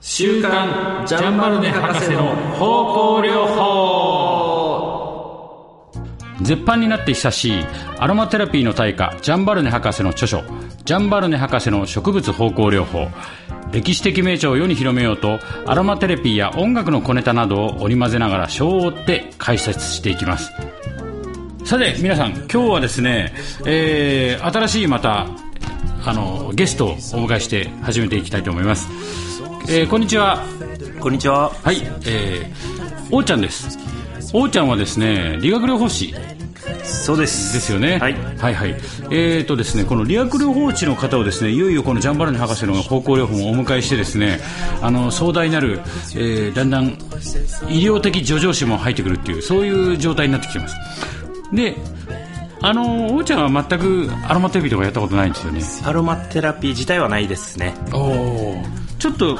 週刊ジャンバルネ博士の方向療法絶版になって久しいアロマテラピーの大家ジャンバルネ博士の著書「ジャンバルネ博士の植物方向療法」歴史的名著を世に広めようとアロマテレピーや音楽の小ネタなどを織り交ぜながら章を追って解説していきますさて皆さん今日はですね、えー、新しいまたあのゲストをお迎えして始めていきたいと思います、えー、こんにちはこんにちは。はい、えー、おうちゃんです。おうちゃんはですね、理学療法士そうです。ですよね。はい。はいはいえーとですね、この理学療法士の方をですね、いよいよこのジャンバルネ博士の方向療法もお迎えしてですね、あの、壮大なる、えーだんだん医療的助上士も入ってくるっていう、そういう状態になってきてます。で、あの、おうちゃんは全くアロマテレビとかやったことないんですよね。アロマテラピー自体はないですね。おちょっと、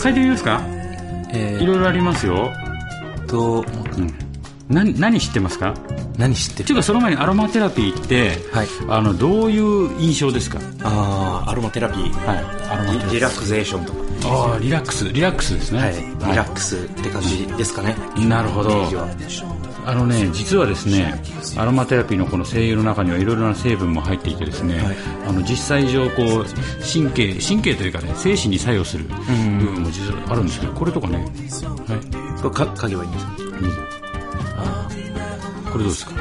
書いてみますかえいろいろありますよ。っと、何、何知ってますか何知ってっているうかその前にアロマテラピーって、はいあのどういう印象ですか、はい、ああ、アロマテラピー。アロマテラリピリーラクゼーションとか。あーリラックスリラックスですね、はい。リラックスって感じですかね。なるほどイメージはあのね実はですねアロマテラピーのこの精油の中にはいろいろな成分も入っていてですね、はいあの実際上こう神経神経というかね精神に作用する部分も実はあるんですけどこれとかね、はこれか、かけばいいんですかい、これどうですか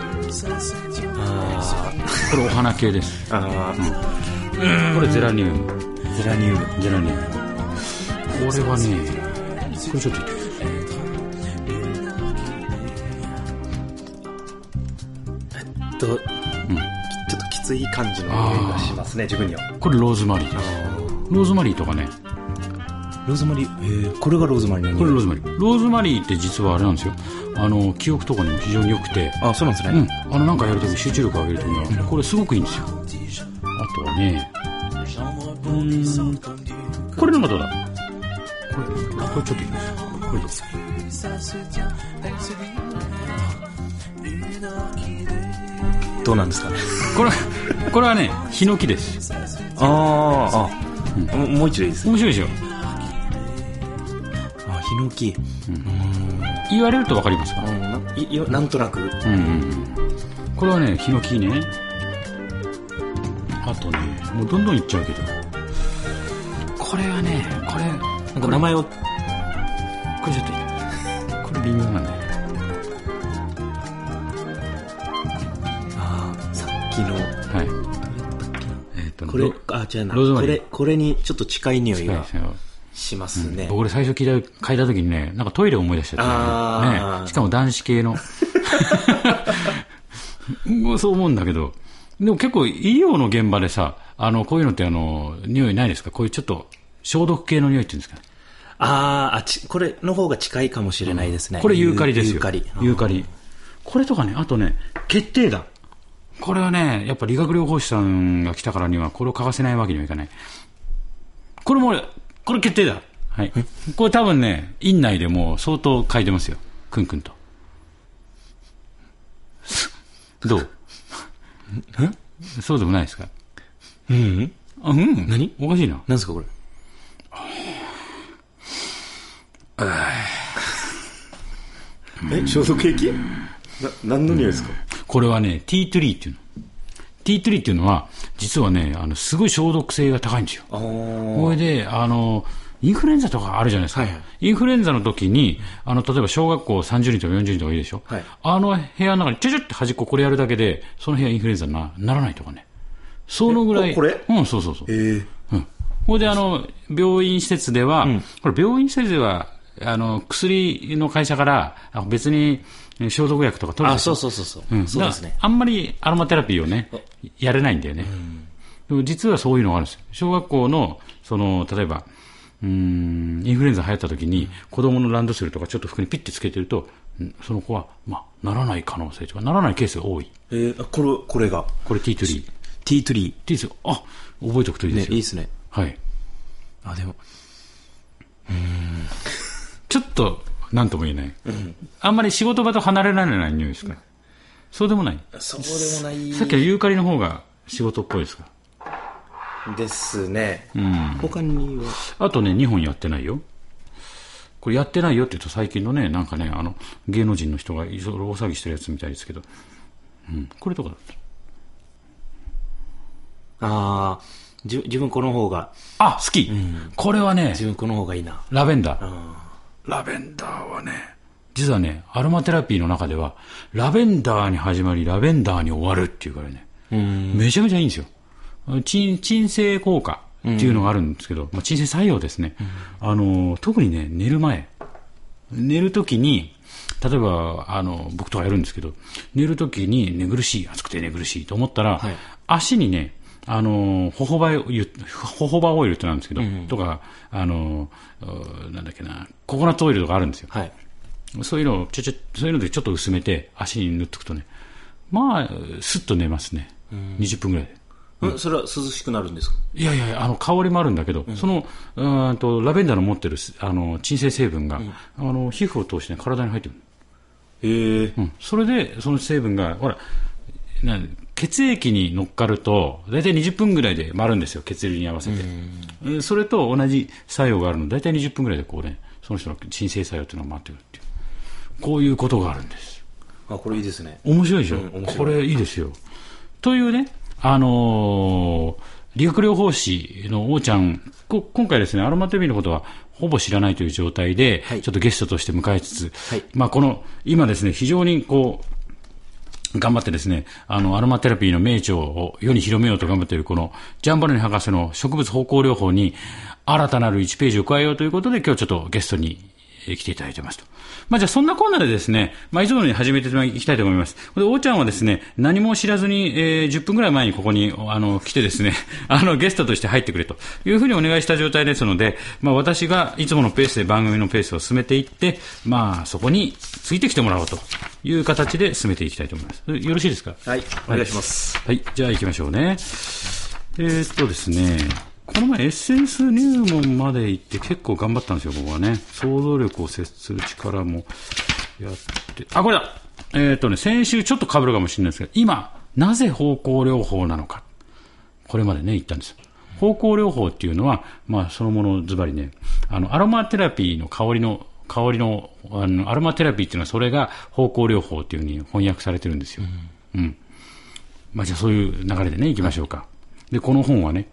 あこれお花系ですーあー、これゼラニウムゼラニウム。じゃないねこれはねこれちょっと言ってくと、ちょっときつい感じの匂いがしますね、自分には。これローズマリーですローズマリーとかねローズマリー、えー、これがローズマリーのこれローズマリーローズマリーって実はあれなんですよあの記憶とかにも非常に良くてあ、そうなんですうねん。あのなんかやるとき集中力上げるときにはこれすごくいいんですよあとはねうんこれのがどうだこれこれちょっといいですこれですどうなんですかね。これこれはねヒノキですあーあ、もうもう一度いいですね。面白いでしょあ、ヒノキ。言われるとわかりますかうんないいなんとなく。うんうんうんこれはねヒノキねあとねもうどんどんいっちゃうけどこれはねこれなんか名前をこれちょっといいこれ微妙なんだよねあーさっきのはいえーっ、とねこれどあ違うなローズマこリーれこれにちょっと近い匂い近いでがすよしますね、僕これ最初聞いた嗅いだ時にねなんかトイレ思い出しちゃったねあーねしかも男子系の うんそう思うんだけどでも結構医療の現場でさあのこういうのってあの匂いないですかこういうちょっと消毒系の匂いっていうんですかあーあちこれの方が近いかもしれないですね、これユーカリですよ。ユーカリユーカリこれとかね、あとね、決定打。これはね、やっぱ理学療法士さんが来たからには、これを欠かせないわけにはいかない。これも、これ決定打。はい。これ多分ね、院内でもう相当書いてますよ。くんくんと。ど うそうでもないですかうんうんあ、うん。何おかしいな。何ですかこれえ消毒液な何の匂いですか、これはね、T3 っていうの。T3 っていうのは、実はね、あの、すごい消毒性が高いんですよ。これで、あの、インフルエンザとかあるじゃないですか。はいはいインフルエンザの時に、あの、例えば小学校30人とか40人とかいるでしょ。はいあの部屋の中にちょちょって端っここれやるだけで、その部屋インフルエンザになならないとかね。そのぐらい。えここうん、そうそうそう。えー、うんこれであの病院施設では、これ病院施設ではあの薬の会社からあ別にえー消毒薬とか取るあでしょそうそうそうそう、うんそうですだねからあんまりアロマテラピーをね、やれないんだよね。でも実はそういうのがあるんですよ。小学校の、その、例えば、うーん、インフルエンザ流行った時に、子供のランドセルとかちょっと服にピッてつけてると、うんその子は、まあ、ならない可能性とか、ならないケースが多い。えーあこれこれがこれ T3。 T3 ね T ですよ。あ、覚えておくといいいでいすよ。ですねはい。あでもちょっと、なんとも言えない。あんまり仕事場と離れられない匂いですか、そうでもない。そうでもないさっきのユーカリの方が仕事っぽいですかですね、うん、他にはあとね、2本やってないよ。これやってないよって言うと最近のね、なんかね、あの、芸能人の人がいろいろ大騒ぎしてるやつみたいですけど、うん、これとかだったああ、じ自分この方が、あ、好き、これはね自、分この方がいいな。ラベンダー、ラベンダーはね、実はね、アロマテラピーの中では、ラベンダーに始まり、ラベンダーに終わるっていうからね、めちゃめちゃいいんですよ。鎮鎮静効果っていうのがあるんですけど、まあ、鎮静作用ですね。あの、特にね、寝る前、寝るときに、例えば、あの、僕とかやるんですけど、寝るときに寝苦しい、暑くて寝苦しいと思ったら、はい足にね、あの、ホホバオイル、ホホバオイルってなんですけど、とか、あの、うなんだっけな、ココナッツオイルとかあるんですよ。はい。そういうのをちょちょ、そういうのでちょっと薄めて、足に塗っとくとね、まあ、すっと寝ますね。20分ぐらいで。うん、それは涼しくなるんですかいやいや、あの香りもあるんだけど、そのうーんとラベンダーの持ってるすあの鎮静成分が、あの皮膚を通して、ね、体に入ってくる、ええうん、それでその成分が、ほら、なん血液に乗っかると、大体20分ぐらいで回るんですよ、血流に合わせて、うんそれと同じ作用があるので、大体20分ぐらいでこう、ね、その人の鎮静作用というのが回ってくるっていう、こういうことがあるんです。あ、これいいですね。面白いでしょ、面白いこれいいですよ。というね、あのー理学療法士の王ちゃん、こ今回ですね、アロマテレビのことはほぼ知らないという状態で、はいちょっとゲストとして迎えつつ、はいまあこの、今ですね、非常にこう、頑張ってですね、あの、アロマテラピーの名著を世に広めようと頑張っているこの、ジャンバルニ博士の植物方向療法に、新たなる1ページを加えようということで、今日ちょっとゲストにえー来ていただいてますと。まあ、じゃあそんなコーナーでですね、まあ、いつものように始めていきたいと思います。で、おーちゃんはですね、何も知らずに、えー10分ぐらい前にここに、あの、来てですね、 あの、ゲストとして入ってくれというふうにお願いした状態ですので、まあ、私がいつものペースで番組のペースを進めていって、まあ、そこについてきてもらおうという形で進めていきたいと思います。よろしいですかはい、お願いします。はい、じゃあ行きましょうね。えーっとですね、この前エッセンス入門まで行って結構頑張ったんですよ、ここはね。想像力を接する力もやって、あ、これだえーっとね、先週ちょっと被るかもしれないですけど、今、なぜ方向療法なのか。これまでね、言ったんですよ。方向療法っていうのは、まあ、そのものズバリね、あの、アロマテラピーの香りの、香りの、あの、アロマテラピーっていうのは、それが方向療法っていうふうに翻訳されてるんですよ。うん。まあ、じゃあそういう流れでね、いきましょうか。で、この本はね、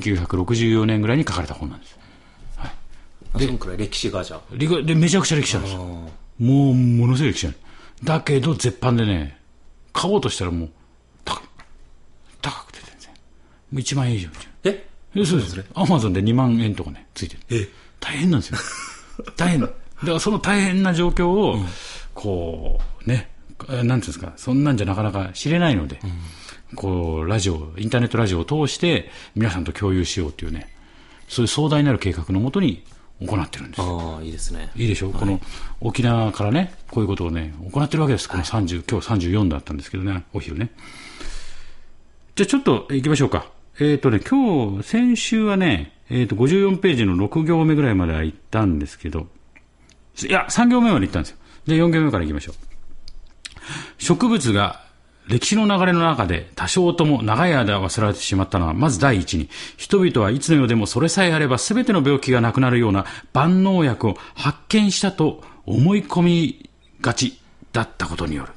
1964年ぐらいに書かれた本なんです。あそのくらい歴史がじゃあ。理学で、めちゃくちゃ歴史あるんですよ。もう、ものすごい歴史ある。だけど、絶版でね、買おうとしたらもう、高く高くて全然。もう1万円以上みたいな。ええそうです。アマゾンで2万円とかね、ついてる。大変なんですよ。大変。だからその大変な状況を、こう、ね、えなんていうんですか、そんなんじゃなかなか知れないので、こう、ラジオ、インターネットラジオを通して、皆さんと共有しようっていうね、そういう壮大なる計画のもとに行ってるんです。ああ、いいですね。いいでしょう、この沖縄からね、こういうことをね、行ってるわけです、この30、今日34だったんですけどね、お昼ね。じゃあちょっと行きましょうか。えっ、とね、今日、先週はね、えっ、と、54ページの6行目ぐらいまでは行ったんですけど、いや、3行目まで行ったんですよ。じゃあ4行目から行きましょう。植物が歴史の流れの中で多少とも長い間忘れられてしまったのは、まず第一に、人々はいつの世でもそれさえあれば全ての病気がなくなるような万能薬を発見したと思い込みがちだったことによる。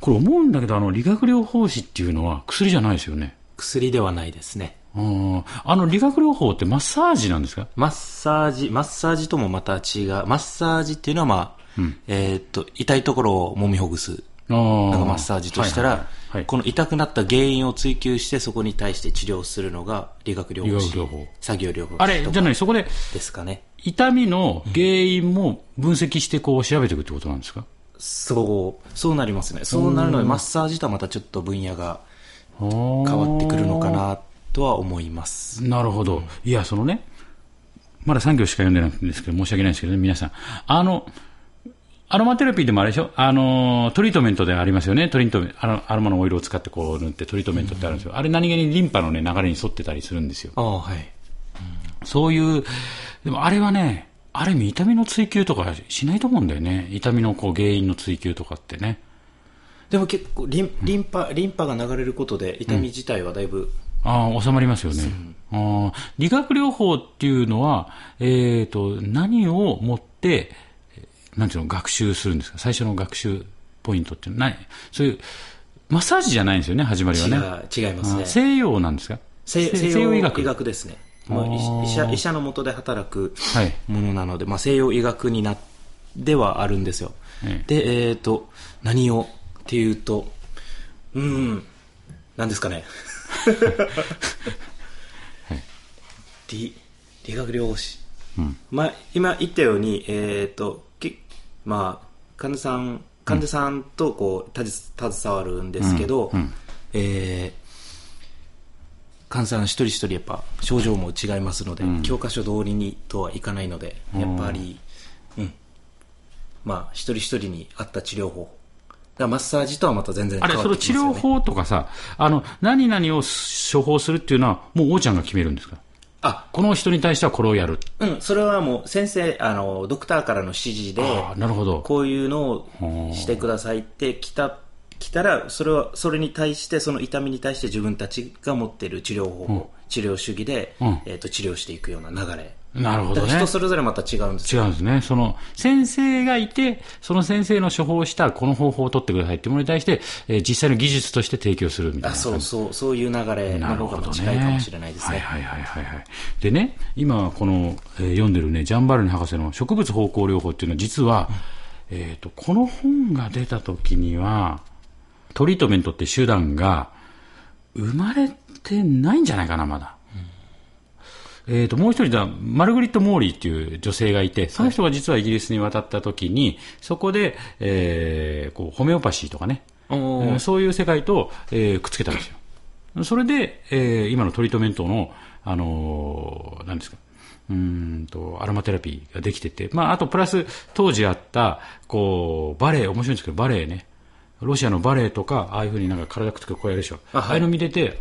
これ思うんだけど、あの、理学療法士っていうのは薬じゃないですよね。薬ではないですね。うんあの、理学療法ってマッサージなんですかマッサージ、マッサージともまた違う。マッサージっていうのはまあ、えーっと、痛いところを揉みほぐす。あーなんかマッサージとしたら、はいはいはいこの痛くなった原因を追求して、そこに対して治療するのが理学療法士。理学療法作業療法士あれ、とじゃかない、そこでですかね。痛みの原因も分析してこう調べていくってことなんですかそう、そうなりますね。そうなるので、マッサージとはまたちょっと分野が変変わわってくるのかなとは思います。なるほど、いや、そのね、まだ3行しか読んでないんですけど、申し訳ないんですけどね、皆さん、あの、アロマテラピーでもあれでしょ、あのトリートメントでありますよね、トリートメントあのアロマのオイルを使ってこう塗ってトリートメントってあるんですよ、あれ、何気にリンパの、ね、流れに沿ってたりするんですよ、ああ、はい。そういう、でもあれはね、ある意味、痛みの追求とかしないと思うんだよね、痛みのこう原因の追求とかってね。でも結構リン、リンパ、リンパが流れることで、痛み自体はだいぶああ、収まりますよね。ああ理学療法っていうのは、えっ、と、何をもって、えーなんていうの、学習するんですか最初の学習ポイントっていうのはない。そういう、マッサージじゃないんですよね、始まりはね。違う違いますあねー西洋なんですか西西西洋洋医医学学。ですね、まあ、医医者医者の下で働くはいものなので、まあ、西洋医学になではあるんですよ、えで、えー、と何をっていうとうーん何です かね、理理学療法士、まあ、今言ったように、えーとけまあ、患者さん患者さんとこうたじ携わるんですけど、えー患者さん一人一人やっぱ症状も違いますので、教科書通りにとはいかないのでやっぱり、うんまあ、一人一人に合った治療法だからマッサージとはまた全然あ変れ、わっそてきまのす治よ、療ね、法とかさ、あの、何々を処方するっていうのは、もう王ちゃんが決めるんですかあこの人に対してはこれをやる。うん、それはもう先生あのドクターからの指示でああ、なるほど。こういうのをしてくださいって来た来たらそれはそれに対してその痛みに対して自分たちが持っている治療法、治療主義で、うんえー、と治療していくような流れなるほだどからね。人それぞれまた違うんです違うんですね。その、先生がいて、その先生の処方したこの方法を取ってくださいっていうものに対して、えー実際の技術として提供するみたいあな。そうそうそういう流れなのる方ほどがね。近いかもしれないですねはいはいはいはいはい。でね、今この、えー読んでるね、ジャンバルニ博士の植物方向療法っていうのは実は、えっ、と、この本が出た時には、トリートメントって手段が生まれてないんじゃないかな、まだ。えー、ともう一人だマルグリット・モーリーっていう女性がいてその人が実はイギリスに渡った時に、そこで、えーこうホメオパシーとかね、えーそういう世界と、えーくっつけたんですよそれで、えー今のトリートメントの、あのーなんですかうーんとアロマテラピーができてて、まあ、あとプラス当時あったこうバレエ面白いんですけどバレエねロシアのバレエとか、ああいうふうになんか体くっつけてこうやるでしょ。あ,、あいうの見てて、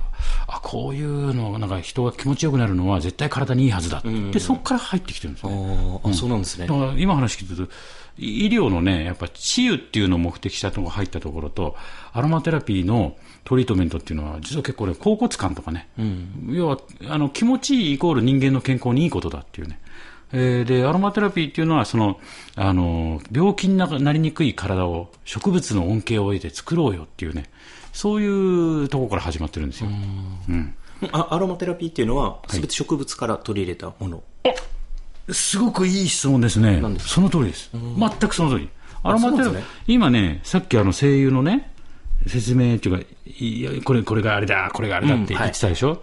あ、こういうの、なんか人が気持ちよくなるのは絶対体にいいはずだって、そこから入ってきてるんですね。おーあそうなんですねだから今話聞いてると、い医療のね、やっぱ治癒っていうのを目的したところが入ったところと、アロマテラピーのトリートメントっていうのは、実は結構ね、甲骨感とかね、要はあの気持ちいいイコール人間の健康にいいことだっていうね。えーで、アロマテラピーっていうのは、その、あの、病気にななりにくい体を植物の恩恵を得て作ろうよっていうね、そういうところから始まってるんですよ。あアロマテラピーっていうのは全て植物から取り入れたもの、すごくいい質問ですね。その通りです。全くその通り。アロマテラそピー、うなんです今ね、さっきあの声優のね、説明っていうか、いやこれ、これがあれだ、これがあれだって言ってたでしょ、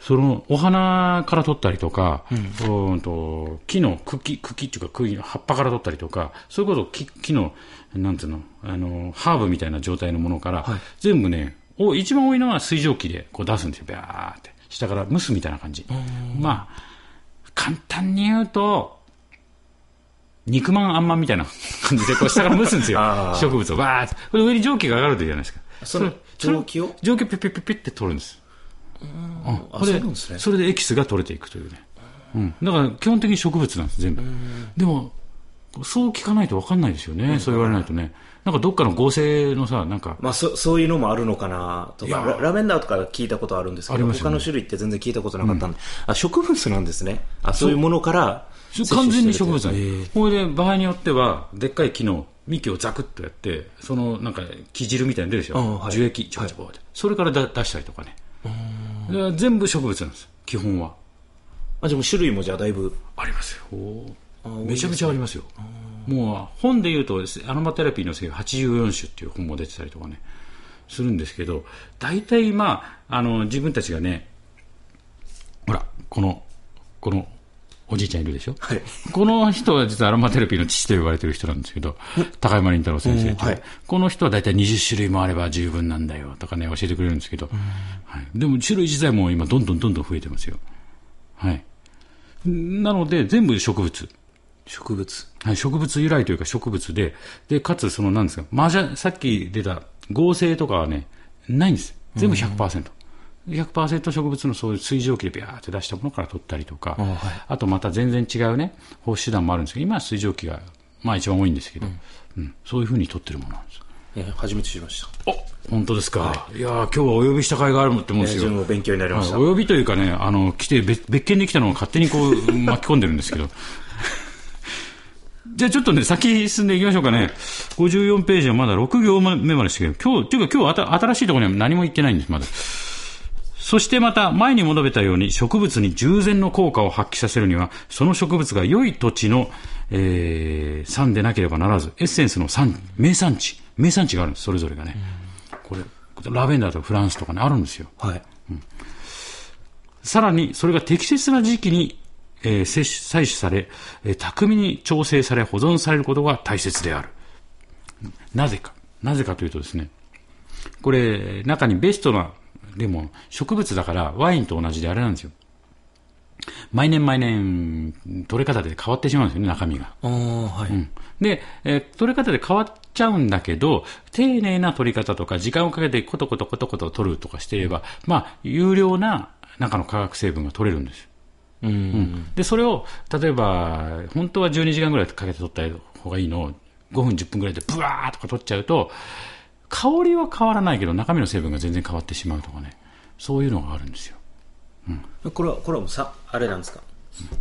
その、お花から取ったりとか、うんと、木の茎、茎っていうか、茎の葉っぱから取ったりとか、そういうこと木、木の、なんていうの、あの、ハーブみたいな状態のものから、全部ね、お一番多いのは水蒸気でこう出すんですよ、ビャーって。下から蒸すみたいな感じ。まあ、簡単に言うと、肉まんあんまんみたいな 感じで、こう下から蒸すんですよ。植物をわーって。これ上に蒸気が上がるといいじゃないですか。そのれ蒸気を蒸気をピュピュピュピュって取るんです。うんあこれそうなんですねそれでエキスが取れていくというね。うん。だから基本的に植物なんです、全部。でも、そう聞かないと分かんないですよね。そう言われないとね。なんかどっかの合成のさ、なんか、まあ、そそういうのもあるのかなといやかララベンダーとか聞いたことあるんですけありど、ますよね他の種類って全然聞いたことなかったんで、あ植物なんですねあそういうものから完全に植物摂なん取してるとです。これで場合によっては、でっかい木の幹をザクッとやって、そのなんか木汁みたいに出るでしょ、うんはい樹液、ちょこちょこってそれからだ出したりとかね、だから全部植物なんです、基本は。あじゃあもう種類もじゃあだいぶありますよ、めちゃめちゃありますよ、もう本でいうと、アロマテラピーの成分84種っていう本も出てたりとかね、するんですけど、大体、まあ、あの自分たちがね、ほら、この、このおじいちゃんいるでしょ、この人は実はアロマテラピーの父と呼ばれてる人なんですけど、高山林太郎先生っていう、うんはいこの人は大体20種類もあれば十分なんだよとかね、教えてくれるんですけど、はい、でも種類自体も今、どんどんどんどん増えてますよ。はい、なので、全部植物。植物はい植物由来というか植物で、で、かつ、その、なんですか、マージャン、さっき出た合成とかはね、ないんです。全部100%。100%植物のそういう水蒸気でビャーって出したものから取ったりとか、あ,、とまた全然違うね、放出手段もあるんですけど、今は水蒸気が、まあ一番多いんですけど、うんそういうふうに取ってるものなんです。え初めて知りました。お本当ですか、い、やー今日はお呼びした甲斐があるって思うんえですー自分よも勉強になりました。はいお呼びというかね、あの来て別別件で来たのを勝手にこう 巻き込んでるんですけど、 じゃあちょっとね、先進んでいきましょうかね、54ページはまだ6行目までしてけど、今日というか、今日あた新しいところには何も言ってないんです、まだ。そしてまた前に戻べたように植物に従前の効果を発揮させるにはその植物が良い土地の、えー産でなければならずエッセンスの産名産地名産地があるんですそれぞれがね、これラベンダーとかフランスとかねあるんですよはい。さらに、それが適切な時期に、えー摂取採取され、えー巧みに調整され、保存されることが大切である。なぜか。なぜかというとですね、これ、中にベストな、でも、植物だから、ワインと同じであれなんですよ。毎年毎年、取れ方で変わってしまうんですよね、中身が。ああ、はい。で、えー取れ方で変わっちゃうんだけど、丁寧な取り方とか、時間をかけてコトコトコトコト取るとかしていれば、まあ、有料な中の化学成分が取れるんです。うん。で、それを、例えば、本当は12時間ぐらいかけて取った方がいいのを、5分、10分ぐらいでブワーとか取っちゃうと、香りは変わらないけど、中身の成分が全然変わってしまうとかね、そういうのがあるんですよ。これは、これはもうさ、あれなんですか。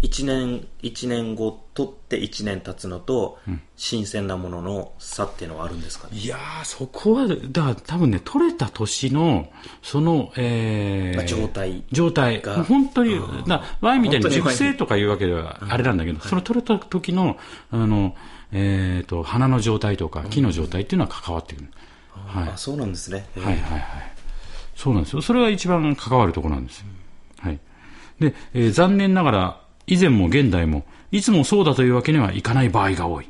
一年、一年後、取って一年経つのと、新鮮なものの差っていうのはあるんですかね。いやー、そこは、だから多分ね、取れた年の、その、えーまあ状態。状態が本当に、だワインみたいに本当に熟ワイン成とかいうわけではあれなんだけど、その取れた時の、あの、えっ、と、花の状態とか、木の状態っていうのは関わってくる。はい。あ、そうなんですね。えーはいはいはい。そうなんですよ。それが一番関わるところなんですよ。はい。で、えー残念ながら、以前も現代も、いつもそうだというわけにはいかない場合が多い。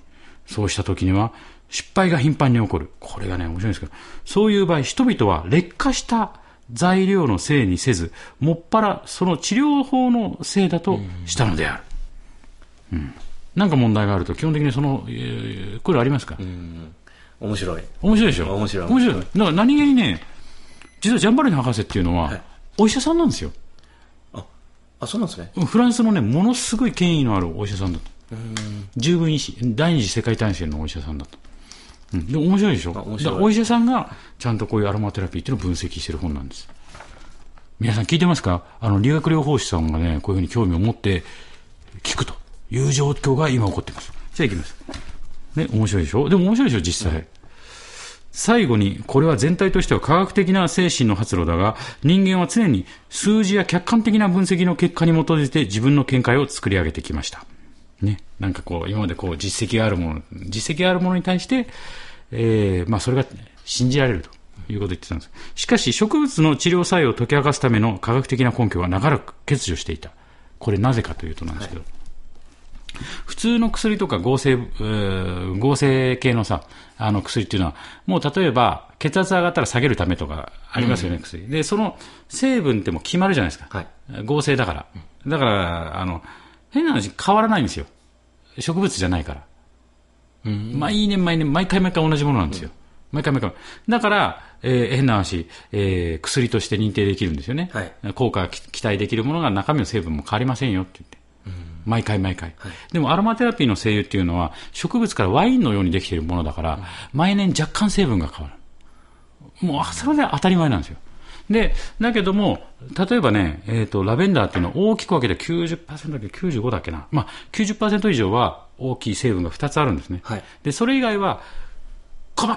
そうした時には、失敗が頻繁に起こる。これがね、面白いんですけど、そういう場合、人々は劣化した材料のせいにせず、もっぱらその治療法のせいだとしたのである。うん。なんか問題があると、基本的にその、えーこれありますか、面白い。面白いでしょ面白い面白い。だから何気にね、実はジャンバルニ博士っていうのは、はいお医者さんなんですよ。あ、そうなんですね。フランスのね、ものすごい権威のあるお医者さんだと。十分医師、第二次世界大戦のお医者さんだと。うん、でも面白いでしょあ面白いだからお医者さんが、ちゃんとこういうアロマテラピーっていうのを分析してる本なんです。皆さん聞いてますかあの、理学療法士さんがね、こういうふうに興味を持って聞くという状況が今起こっています。じゃあ行きます。ね、面白いでしょでも面白いでしょ実際。最後に、これは全体としては科学的な精神の発露だが、人間は常に数字や客観的な分析の結果に基づいて自分の見解を作り上げてきました。ね。なんかこう、今までこう、実績があるもの、実績があるものに対して、えー、まあそれが信じられるということを言ってたんです。しかし、植物の治療作用を解き明かすための科学的な根拠は長らく欠如していた。これなぜかというとなんですけど、普通の薬とか合成、えー合成系のさ、あの薬っていうのは、もう例えば、血圧上がったら下げるためとかありますよね、薬。で、その成分ってもう決まるじゃないですか。はい合成だから。だから、あの、変な話、変わらないんですよ。植物じゃないから。毎年毎年、毎回毎回同じものなんですよ。毎回毎回。だから、えー変な話、えー薬として認定できるんですよね。はい効果がき期待できるものが中身の成分も変わりませんよって言って。毎回毎回、でもアロマテラピーの精油っていうのは植物からワインのようにできているものだから、毎年若干成分が変わるもうそれで当たり前なんですよでだけども例えばね、えー、とラベンダーっていうのは大きく分けて90%だっけ95だっけな、まあ、90%以上は大きい成分が2つあるんですね、はいでそれ以外は細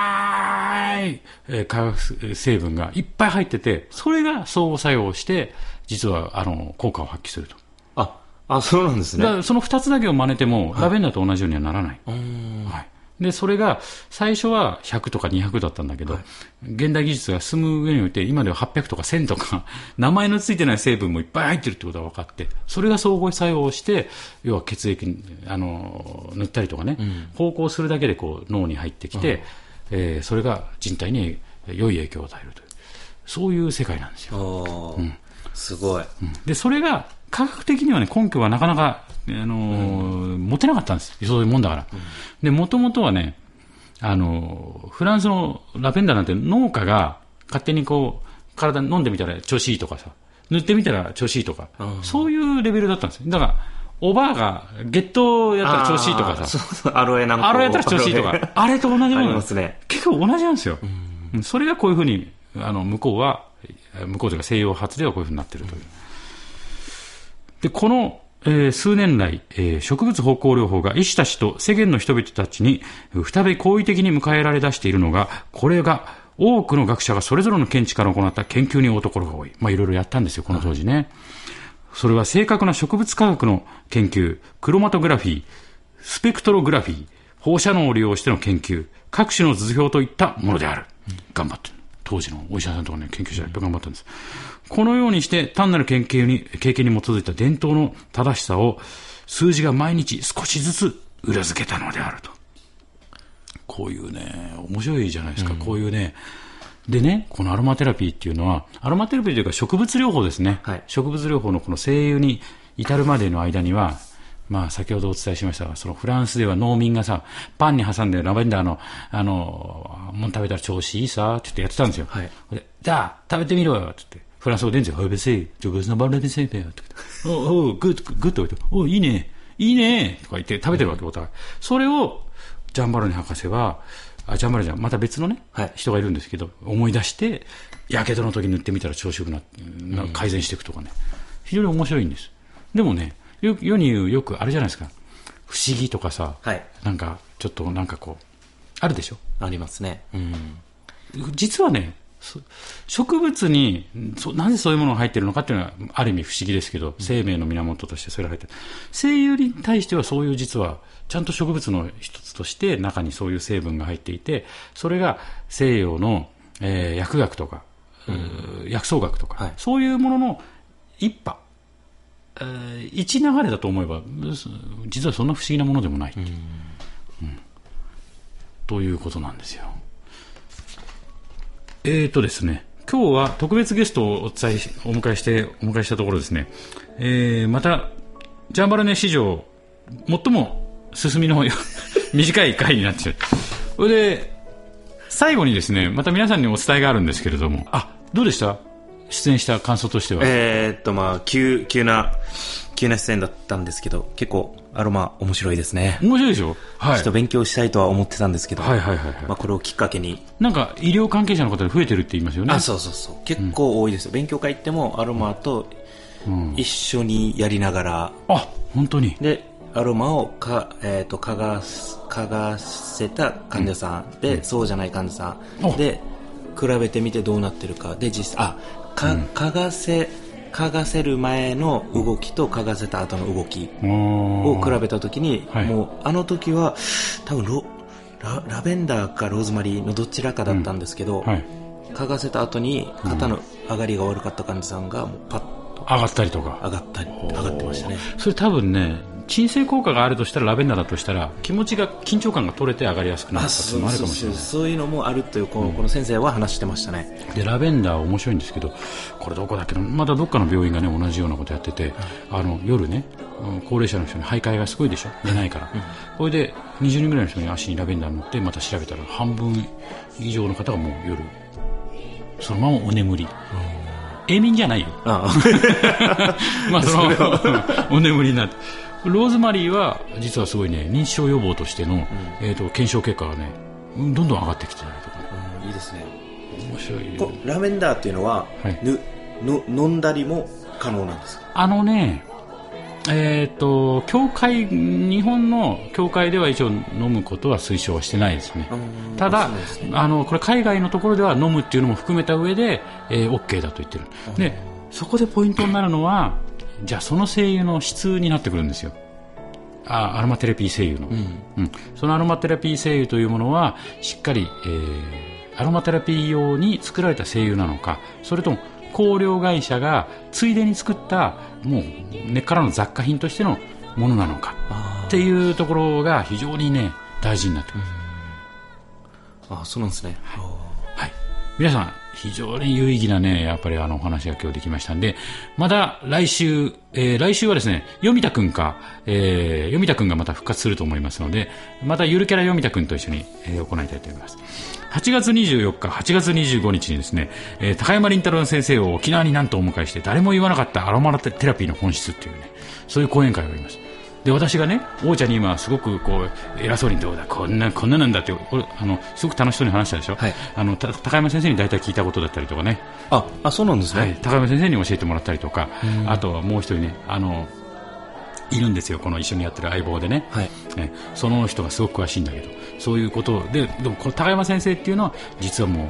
かい、えー化学成分がいっぱい入っててそれが相互作用をして実はあの効果を発揮するとあ、あ、そうなんですね。だからその2つだけを真似ても、ラベンダーと同じようにはならない。うーんはい、で、それが、最初は100とか200だったんだけど、現代技術が進む上において、今では800とか1000とか、 名前の付いてない成分もいっぱい入ってるってことが分かって、それが相互作用をして、要は血液に、あの、塗ったりとかね、方向するだけでこう脳に入ってきて、えーそれが人体に良い影響を与えるという、そういう世界なんですよ。あーすごい。で、それが科学的にはね、根拠はなかなか、あのー持てなかったんです。そういうもんだから。で、もともとはね、あのーフランスのラベンダーなんて農家が勝手にこう、体飲んでみたら調子いいとかさ、塗ってみたら調子いいとか、そういうレベルだったんですよ。だから、おばあが、ゲットやったら調子いいとかあーそうさ、そうアロエなんかあれやったら調子いいとアロエか、 あれと同じものあなんですりますね。結構同じなんですよ。うんそれがこういうふうに、あの、向こうは、え向こうというか西洋発ではこういうふうになってるという。で、この、えー数年来、えー植物方向療法が医師たちと世間の人々たちに再び好意的に迎えられ出しているのが、これが多くの学者がそれぞれの見地から行った研究に追うところが多い。まあいろいろやったんですよ、この当時ね。それは正確な植物科学の研究、クロマトグラフィー、スペクトログラフィー、放射能を利用しての研究、各種の図表といったものである。頑張ってる。当時のお医者さんとかね、研究者いっぱい頑張ったんです。このようにして、単なる研究に、経験に基づいた伝統の正しさを、数字が毎日少しずつ裏付けたのであると。こういうね、面白いじゃないですか、こういうね、でね、このアロマテラピーっていうのは、アロマテラピーというか植物療法ですね、はい植物療法のこの声優に至るまでの間には、まあ、先ほどお伝えしましたが、そのフランスでは農民がさ、パンに挟んでラベンダーの、あの、もん食べたら調子いいさ、って言ってやってたんですよ。はいでじゃあ、食べてみろよ、って言って。フランス語で言うんですよ。はい、別に、じゃあ別のバルベセーペよ、って言って。おうおう、グッ、グッと置いて、おういいね、いいね、とか言って食べてるわけ、お互い。それを、ジャンバルネ博士は、あ、ジャンバルネじゃん、また別のね、はい人がいるんですけど、思い出して、やけどの時に塗ってみたら調子よくなな改善していくとかね、非常に面白いんです。でもね、よ世に言うよくあれじゃないですか、不思議とかさ、はい。なんか、ちょっとなんかこう、あるでしょありますね。うん。実はね、そ植物にそなぜそういうものが入ってるのかっていうのは、ある意味不思議ですけど、生命の源としてそれが入ってる、精油に対してはそういう実は、ちゃんと植物の一つとして、中にそういう成分が入っていて、それが西洋の、えー薬学とか、うー薬草学とか、はいそういうものの一派、えー一流れだと思えば、す実はそんな不思議なものでもないっていう、うんということなんですよ。えーとですね、今日は特別ゲストをお伝えしお迎えして、お迎えしたところですね、えーまた、ジャンバルネ史上、最も進みの 短い回になってしまう。それで、最後にですね、また皆さんにお伝えがあるんですけれども、あ、どうでした出演した感想としては。えーっと、まあ、急、急な、急な出演だったんですけど、結構、アロマ面白いですね。面白いでしょはいちょっ。と勉強したいとは思ってたんですけど、はいはいはいはいまあ、これをきっかけに、なんか、医療関係者の方で増えてるって言いますよね。あ、そうそうそう。結構多いですよ。勉強会行っても、アロマと一緒にやりながら、あ、本当に。で、アロマをか、えー、と嗅がす嗅がせた患者さんで、そうじゃない患者さおんで比べてみてどうなってるかで実際あか、嗅がせ嗅がせる前の動きと嗅がせた後の動きをを比べた時に、はいもうあの時は多分ロララベンダーかローズマリーのどちらかだったんですけど、はい。嗅がせた後に肩の上がりが悪かった患者さんがもうパッと上がったりとか。上がったり上がってましたね。それ多分ね鎮静効果があるとしたらラベンダーだとしたら気持ちが緊張感が取れて上がりやすくなあったっていうのもあるかもしれないそうそうそうそういうのもあるというこの,、この先生は話してましたねでラベンダー面白いんですけどこれどこだっけどまだどっかの病院がね同じようなことやってて、あの夜ねうん高齢者の人に徘徊がすごいでしょ寝ないから、これで20人ぐらいの人に足にラベンダー塗ってまた調べたら半分以上の方がもう夜そのままお眠り永眠じゃないよあまあその お眠りになってローズマリーは実はすごいね認知症予防としての、えー、と検証結果がねどんどん上がってきてたりとかねあいいですね面白いこラベンダーっていうのは、はいぬの飲んだりも可能なんですかあのねえっ、と教会日本の教会では一応飲むことは推奨はしてないですねうんただそうです、あのこれ海外のところでは飲むっていうのも含めた上で、えー、OK だと言ってるでそこでポイントになるのはじゃあその精油の質になってくるんですよあアロマテラピー精油の、うんそのアロマテラピー精油というものはしっかり、えーアロマテラピー用に作られた精油なのかそれとも香料会社がついでに作ったもう根っからの雑貨品としてのものなのかあっていうところが非常にね大事になってくるあそうなんですねはい。皆さん、非常に有意義なね、やっぱりあのお話が今日できましたんで、また来週、えー来週はですね、読みたくんか、えー、読みたくんがまた復活すると思いますので、またゆるキャラ読みたくんと一緒に、えー行いたいと思います。8月24日、8月25日にですね、えー高山林太郎先生を沖縄になんとお迎えして、誰も言わなかったアロマテラピーの本質っていうね、そういう講演会をやります。で私がね王ちゃんに今すごくこう偉そうにどうだこんなこんななんだって俺あのすごく楽しそうに話したでしょ、はいあのた高山先生に大体聞いたことだったりとかね、あ、あ、そうなんですね。はい、高山先生に教えてもらったりとか、あとはもう一人ねあのいるんですよこの一緒にやってる相棒でね、はいねその人がすごく詳しいんだけどそういうことででもこの高山先生っていうのは実はもう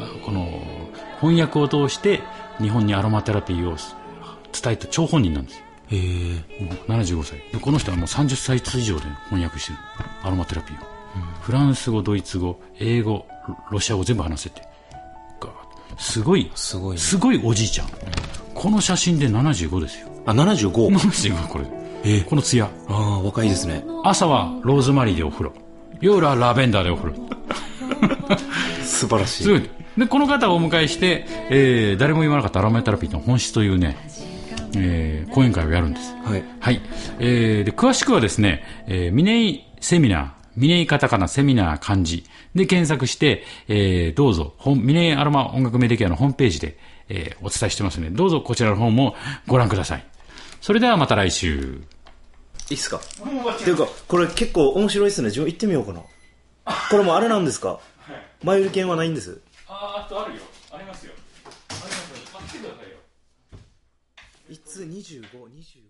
あこの翻訳を通して日本にアロマテラピーを伝えた張本人なんですへえ。もう75歳でこの人はもう30歳以上で翻訳してるアロマテラピーを、フランス語ドイツ語英語ロロシア語全部話せてガーッすごいすごいねすごいおじいちゃん、この写真で75ですよあ、75。 75これ、えこのツヤああ、若いですね。朝はローズマリーでお風呂夜はラベンダーでお風呂素晴らしすい。ごいでこの方をお迎えして、えー誰も言わなかったアロマテラピーの本質というね、えー講演会をやるんですはい。はい。えーで、詳しくはですね、えー、ミネイセミナー、ミネイカタカナセミナー漢字で検索して、えーどうぞ、本ミネイアロマ音楽メディケアのホームページで、えーお伝えしてますので、どうぞこちらの方もご覧ください。それではまた来週。いいっすかっていうか、これ結構面白いっすね。自分行ってみようかな。これもあれなんですか前売り券はないんです。あ、あとあるよ。ありますよ。ありますよ。待ってくださいよ。いつ25、25。